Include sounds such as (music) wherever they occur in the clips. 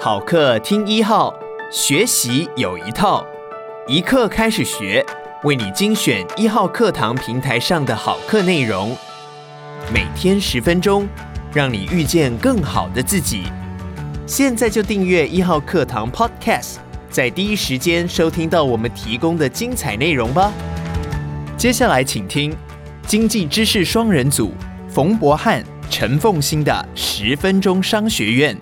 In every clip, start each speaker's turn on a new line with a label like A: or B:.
A: 好课听一号，学习有一套，一课开始学，为你精选一号课堂平台上的好课内容，每天十分钟，让你遇见更好的自己。现在就订阅一号课堂 Podcast，在第一时间收听到我们提供的精彩内容吧。接下来请听经济知识双人组冯博翰、陈凤欣的十分钟商学院。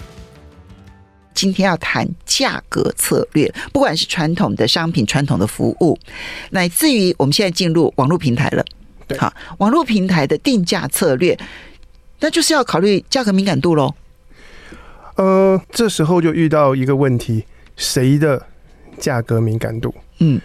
B: 今天要谈价格策略，不管是传统的商品、传统的服务，乃至于我们现在进入网络平台了，
C: 对
B: 好，网络平台的定价策略，那就是要考虑价格敏感度喽。
C: 呃，这时候就遇到一个问题，谁的价格敏感度？
B: 嗯，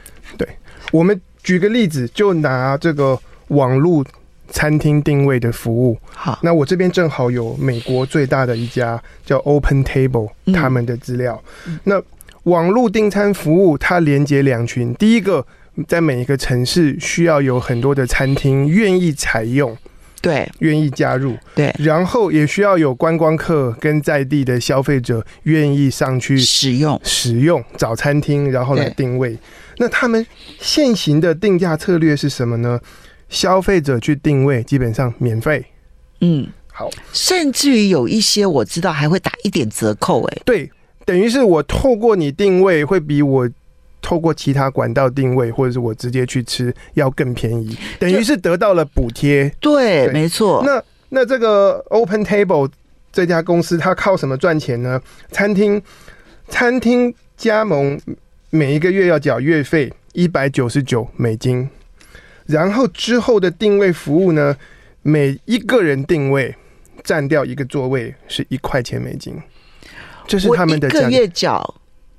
C: 我们举个例子，就拿这个网络餐厅定位的服务。
B: 好，
C: 那我这边正好有美国最大的一家叫 Open Table
B: 嗯
C: 他们的资料。那网络订餐服务它连接两群，第一个在每一个城市需要有很多的餐厅愿意采用、
B: 对
C: 愿意加入，
B: 对，
C: 然后也需要有观光客跟在地的消费者愿意上去
B: 使用
C: 使用找餐厅，然后来
B: 对
C: 定位。那他们现行的定价策略是什么呢？消费者去定位基本上免费。
B: 嗯，
C: 好，
B: 甚至于有一些我知道还会打一点折扣、哎诶，
C: 对，等于是我透过你定位，会比我透过其他管道定位，或者是我直接去吃要更便宜，等于是得到了补贴。
B: 对，
C: 对
B: 没错，
C: 那那这个 Open Table 这家公司，它靠什么赚钱呢？餐厅餐厅加盟每一个月要缴月费一百九十九美金，然后之后的定位服务呢，每一个人定位占掉一个座位是一块钱美金，这是
B: 我
C: 他们的
B: 一
C: 价
B: 个
C: 格。
B: 月缴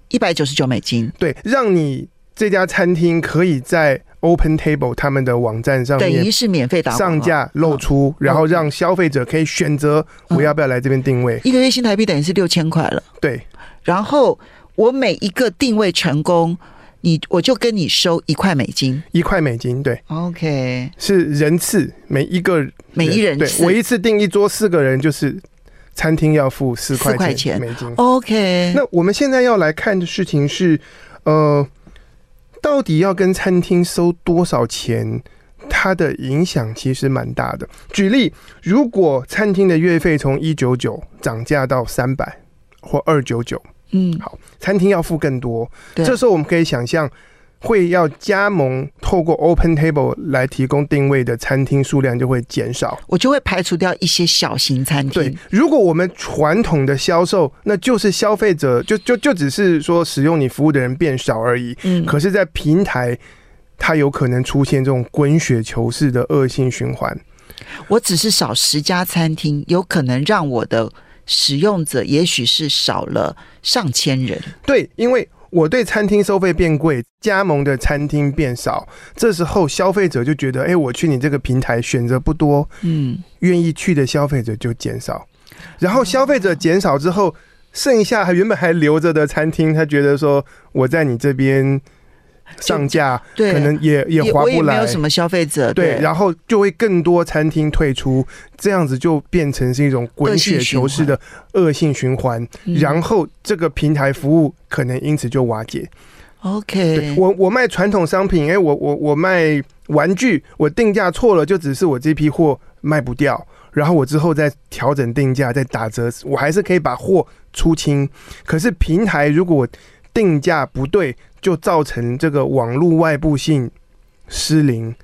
B: 一百九十九美金
C: 对，让你这家餐厅可以在 Open Table 他们的网站上
B: 等
C: 面
B: 于是免费打广告
C: 上架露出，然后让消费者可以选择
B: 嗯
C: 我要不要来这边定位。
B: 一个月新台币等于是六千块了。
C: 对
B: 然后我每一个定位成功，你我就跟你收一块美金。
C: 一块美金，对，
B: OK，
C: 是人次，每一个
B: 每一人
C: 对
B: 次
C: 我一次订一桌四个人，就是餐厅要付四
B: 4块
C: 块
B: 钱哦
C: 钱美金。
B: OK，
C: 那我们现在要来看的事情是，呃，到底要跟餐厅收多少钱？它的影响其实蛮大的。举例，如果餐厅的月费从一九九涨价到三百或二九九，
B: 嗯，
C: 餐厅要付更多。
B: 对
C: 这时候我们可以想象，会要加盟透过 Open Table 来提供定位的餐厅数量就会减少。
B: 我就会排除掉一些小型餐
C: 对
B: 厅。，
C: 如果我们传统的销售，那就是消费者就就就只是说使用你服务的人变少而已。
B: 嗯，
C: 可是，在平台，它有可能出现这种滚雪球式的恶性循环。
B: 我只是少十家餐厅，有可能让我的使用者也许是少了上千人。
C: 对，因为我对餐厅收费变贵，加盟的餐厅变少，这时候消费者就觉得，哎、我去你这个平台选择不多，
B: 嗯，
C: 愿意去的消费者就减少，然后消费者减少之后，剩下还原本还留着的餐厅，他觉得说我在你这边上架，
B: 对，
C: 可能也也划
B: 我也
C: 不
B: 没
C: 来
B: 有，什么消费者
C: 对，然后就会更多餐厅退出，这样子就变成是一种滚雪球式的恶性循环，
B: 嗯
C: 然后这个平台服务可能因此就瓦解。对
B: OK，
C: 我我卖传统商品，哎、我我我卖玩具，我定价错了，就只是我这批货卖不掉，然后我之后再调整定价，再打折，我还是可以把货出清。可是平台如果定价不对，就造成这个网络外部性失灵。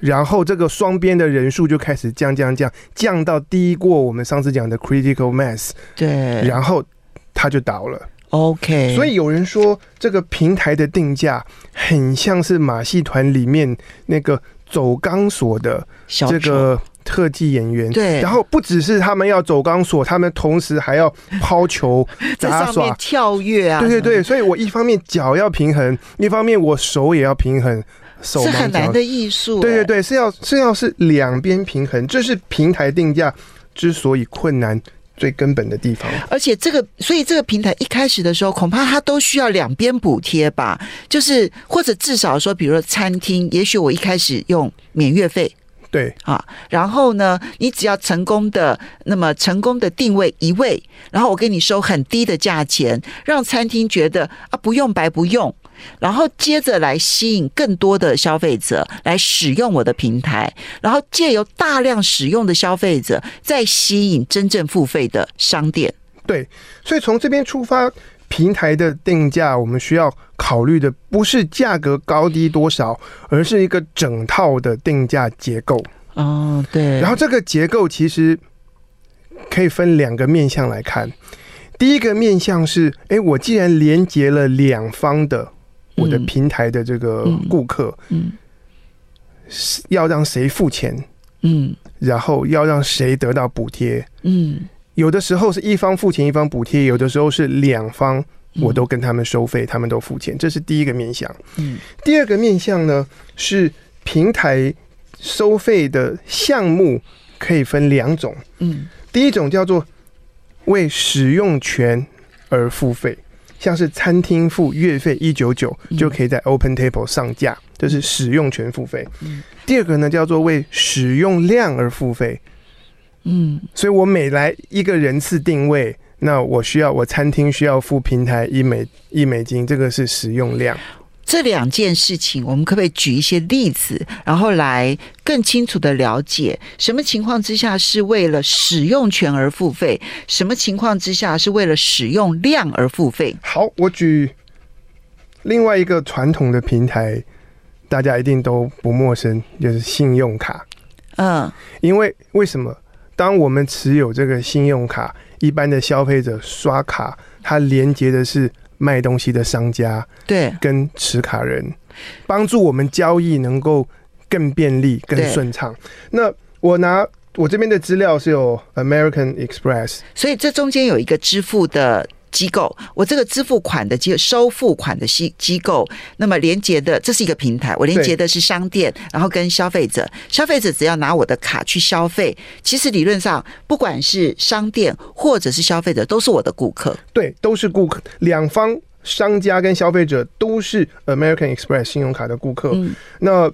C: 然后这个双边的人数就开始降降降，降到低过我们上次讲的 critical mass，
B: 对
C: 然后它就倒了。
B: ，OK，
C: 所以有人说，这个平台的定价很像是马戏团里面那个走钢索的
B: 小
C: 这
B: 丑
C: 个特技演员。
B: 对，
C: 然后不只是他们要走钢索，他们同时还要抛球、
B: (laughs) 在
C: 杂
B: 上面
C: 耍。
B: 跳跃啊，
C: 对对对，所以我一方面脚要平衡，一方面我手也要平衡，手
B: 是
C: 忙
B: 很难
C: 脚。
B: 的艺术、
C: 对对
B: 哎，
C: 对，是要是要是两边平衡，这是平台定价之所以困难最根本的地方。
B: 而且这个，所以这个平台一开始的时候，恐怕它都需要两边补贴吧，就是或者至少说，比如说餐厅，也许我一开始用免月费，
C: 对，
B: 啊，然后呢，你只要成功的，那么成功的定位一位，然后我给你收很低的价钱，让餐厅觉得啊不用白不用，然后接着来吸引更多的消费者来使用我的平台，然后借由大量使用的消费者，再吸引真正付费的商店。
C: 对，所以从这边出发，平台的定价我们需要考虑的不是价格高低多少，而是一个整套的定价结构。
B: 哦，对
C: 然后这个结构其实可以分两个面向来看。第一个面向是，哎，我既然连接了两方的我的
B: 嗯
C: 平台的这个
B: 嗯
C: 顾客，
B: 嗯
C: 是要让谁付钱，
B: 嗯
C: 然后要让谁得到补贴。
B: 嗯，
C: 有的时候是一方付钱一方补贴，有的时候是两方我都跟他们收费，他们都付钱，这是第一个面向。
B: 嗯
C: 第二个面向呢是平台收费的项目可以分两种，
B: 嗯
C: 第一种叫做为使用权而付费，像是餐厅付月费一九九
B: 嗯
C: 就可以在 Open Table 上架，这是使用权付费
B: 嗯。
C: 第二个呢叫做为使用量而付费，
B: 嗯
C: 所以我每来一个人次定位，那我需要我餐厅需要付平台一美一美金，这个是使用量。
B: 这两件事情，我们可不可以举一些例子，然后来更清楚的了解什么情况之下是为了使用权而付费，什么情况之下是为了使用量而付费？
C: 好，我举另外一个传统的平台，大家一定都不陌生，就是信用卡。
B: 嗯
C: 因为为什么？当我们持有这个信用卡，一般的消费者刷卡，它连接的是卖东西的商家
B: 对，
C: 跟持卡人，帮助我们交易能够更便利、更
B: 对
C: 顺畅。那我拿我这边的资料是有 American Express，
B: 所以这中间有一个支付的。机构，我这个支付款的机收付款的机机构，那么连接的这是一个平台，我连
C: 对
B: 接的是商店，然后跟消费者，消费者只要拿我的卡去消费，其实理论上不管是商店或者是消费者，都是我的顾客。
C: 对，都是顾客，两方商家跟消费者都是 American Express 信用卡的顾客。
B: 嗯
C: 那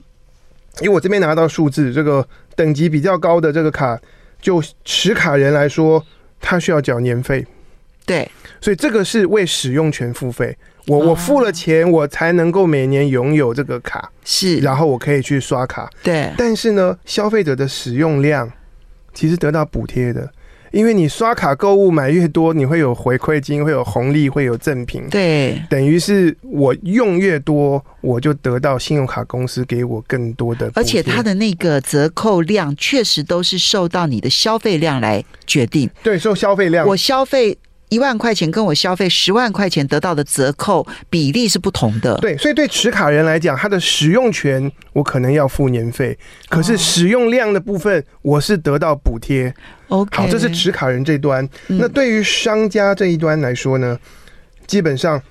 C: 以我这边拿到数字，这个等级比较高的这个卡，就持卡人来说，他需要缴年费，
B: 对，
C: 所以这个是为使用权付费。我
B: 哦
C: 我付了钱，我才能够每年拥有这个卡，
B: 是，
C: 然后我可以去刷卡。
B: 对，
C: 但是呢，消费者的使用量其实得到补贴的，因为你刷卡购物买越多，你会有回馈金，会有红利，会有赠品。
B: 对，
C: 等于是我用越多，我就得到信用卡公司给我更多的补贴，
B: 而且它的那个折扣量确实都是受到你的消费量来决定。
C: 对受消费量
B: 我消费一万块钱，跟我消费十万块钱得到的折扣比例是不同的。
C: 对，所以对持卡人来讲，它的使用权我可能要付年费，可
B: 哦
C: 是使用量的部分我是得到补贴。
B: OK，
C: 好，这是持卡人这端。
B: 嗯
C: 那对于商家这一端来说呢，基本上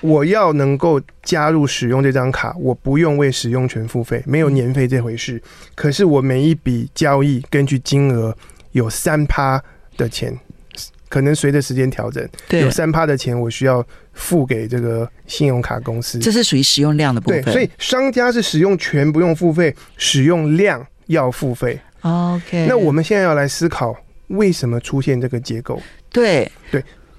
C: 我要能够加入使用这张卡，我不用为使用权付费，没有年费这回事。可是我每一笔交易根据金额有三趴的钱，可能随着时间调整，
B: 对
C: 有，三趴的钱我需要付给这个信用卡公司。
B: 这是属于使用量的部
C: 对
B: 分。，
C: 所以商家是使用权不用付费，使用量要付费。
B: OK，
C: 那我们现在要来思考，为什么出现这个结构？
B: 对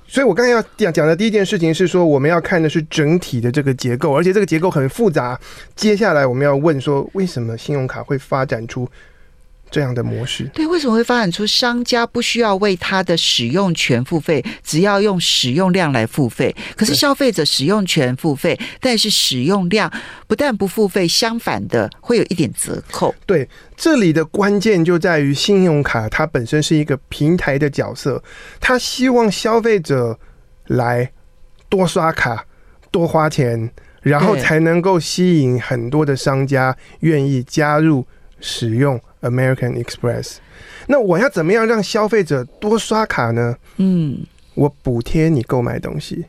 C: 所以我刚才要讲讲的第一件事情是说，我们要看的是整体的这个结构，而且这个结构很复杂。接下来我们要问说，为什么信用卡会发展出这样的模式？
B: 对，为什么会发展出商家不需要为他的使用权付费，只要用使用量来付费？可是
C: 对
B: 消费者使用权付费，但是使用量不但不付费，相反的会有一点折扣。
C: 这里的关键就在于信用卡它本身是一个平台的角色，它希望消费者来多刷卡、多花钱，然后
B: 对
C: 才能够吸引很多的商家愿意加入使用 American Express。那我要怎么样让消费者多刷卡呢？
B: 嗯，
C: 我补贴你购买东西，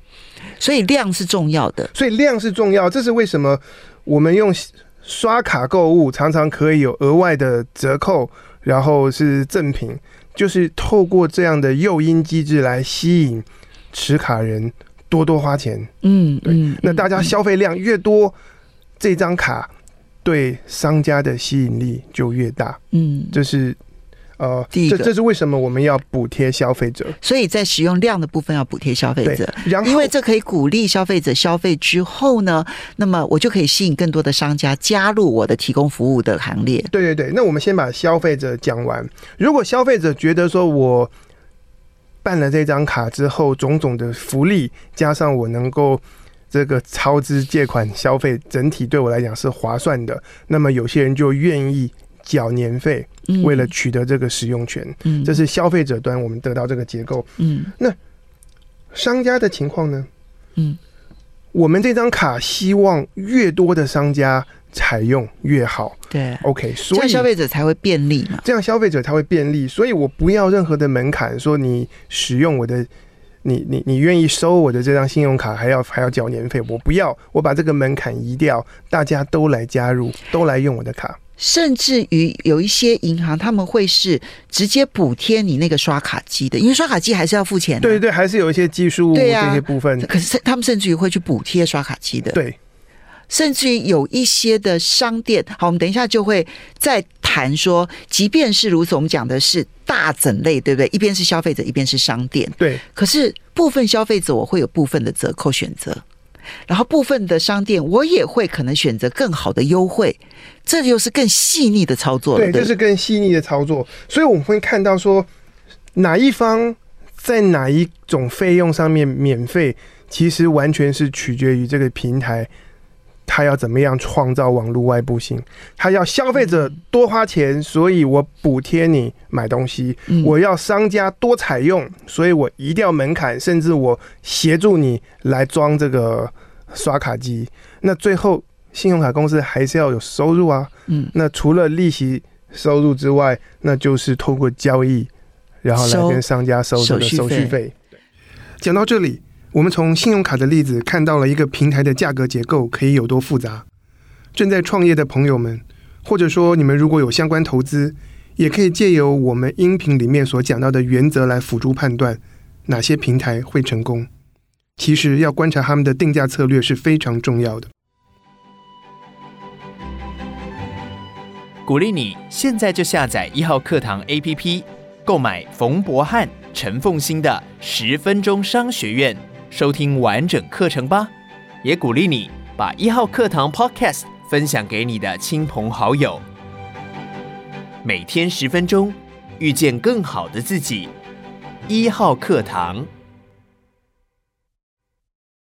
B: 所以量是重要的。
C: 所以量是重要，这是为什么我们用刷卡购物常常可以有额外的折扣，然后是赠品，就是透过这样的诱因机制来吸引持卡人多多花钱。
B: 嗯
C: 对
B: 嗯，
C: 那大家消费量越多，这张卡对商家的吸引力就越大。
B: 嗯，
C: 这是呃，
B: 第一
C: 这
B: 个
C: 这是为什么我们要补贴消费者？
B: 所以在使用量的部分要补贴消费
C: 对
B: 者，，
C: 然后
B: 因为这可以鼓励消费者消费之后呢，那么我就可以吸引更多的商家加入我的提供服务的行列。
C: 对对对，那我们先把消费者讲完。如果消费者觉得说我办了这张卡之后，种种的福利加上我能够这个超支借款消费，整体对我来讲是划算的，那么有些人就愿意缴年费，
B: 嗯
C: 为了取得这个使用权。
B: 嗯
C: 这是消费者端我们得到这个结构。
B: 嗯
C: 商家的情况呢？
B: 嗯，
C: 我们这张卡希望越多的商家采用越好。
B: 对，
C: OK，
B: 这
C: 所
B: 样
C: 以
B: 消费者才会便利嘛。
C: 这样消费者才会便利，所以我不要任何的门槛，说你使用我的，你你你愿意收我的这张信用卡，还要还要缴年费，我不要，我把这个门槛移掉，大家都来加入，都来用我的卡。
B: 甚至于有一些银行他们会是直接补贴你那个刷卡机的，因为刷卡机还是要付钱的。
C: 对对对，还是有一些技术
B: 对啊
C: 这些部分，
B: 可是他们甚至于会去补贴刷卡机的，
C: 对
B: 甚至于有一些的商店，好，我们等一下就会再谈说，即便是如此，我们讲的是大整类，对不对？一边是消费者，一边是商店，
C: 对
B: 可是部分消费者我会有部分的折扣选择，然后部分的商店我也会可能选择更好的优惠，这就是更细腻的操作了，对
C: 对，这
B: 不
C: 是更细腻的操作，所以我们会看到说哪一方在哪一种费用上面免费，其实完全是取决于这个平台。他要怎么样创造网络外部性？他要消费者多花钱，所以我补贴你买东西；
B: 嗯
C: 我要商家多采用，所以我移掉门槛，甚至我协助你来装这个刷卡机。那最后，信用卡公司还是要有收入啊。
B: 嗯，
C: 那除了利息收入之外，那就是透过交易，然后来
B: 收
C: 跟商家收这个
B: 手
C: 手
B: 续费
C: 续费。讲到这里，我们从信用卡的例子看到了一个平台的价格结构可以有多复杂。正在创业的朋友们，或者说你们如果有相关投资，也可以借由我们音频里面所讲到的原则来辅助判断哪些平台会成功。其实要观察他们的定价策略是非常重要的。
A: 鼓励你现在就下载一号课堂 APP，购买冯博翰、陈凤新的《十分钟商学院》，收听完整课程吧。也鼓励你把一号课堂 Podcast 分享给你的亲朋好友。每天十分钟，遇见更好的自己。一号课堂。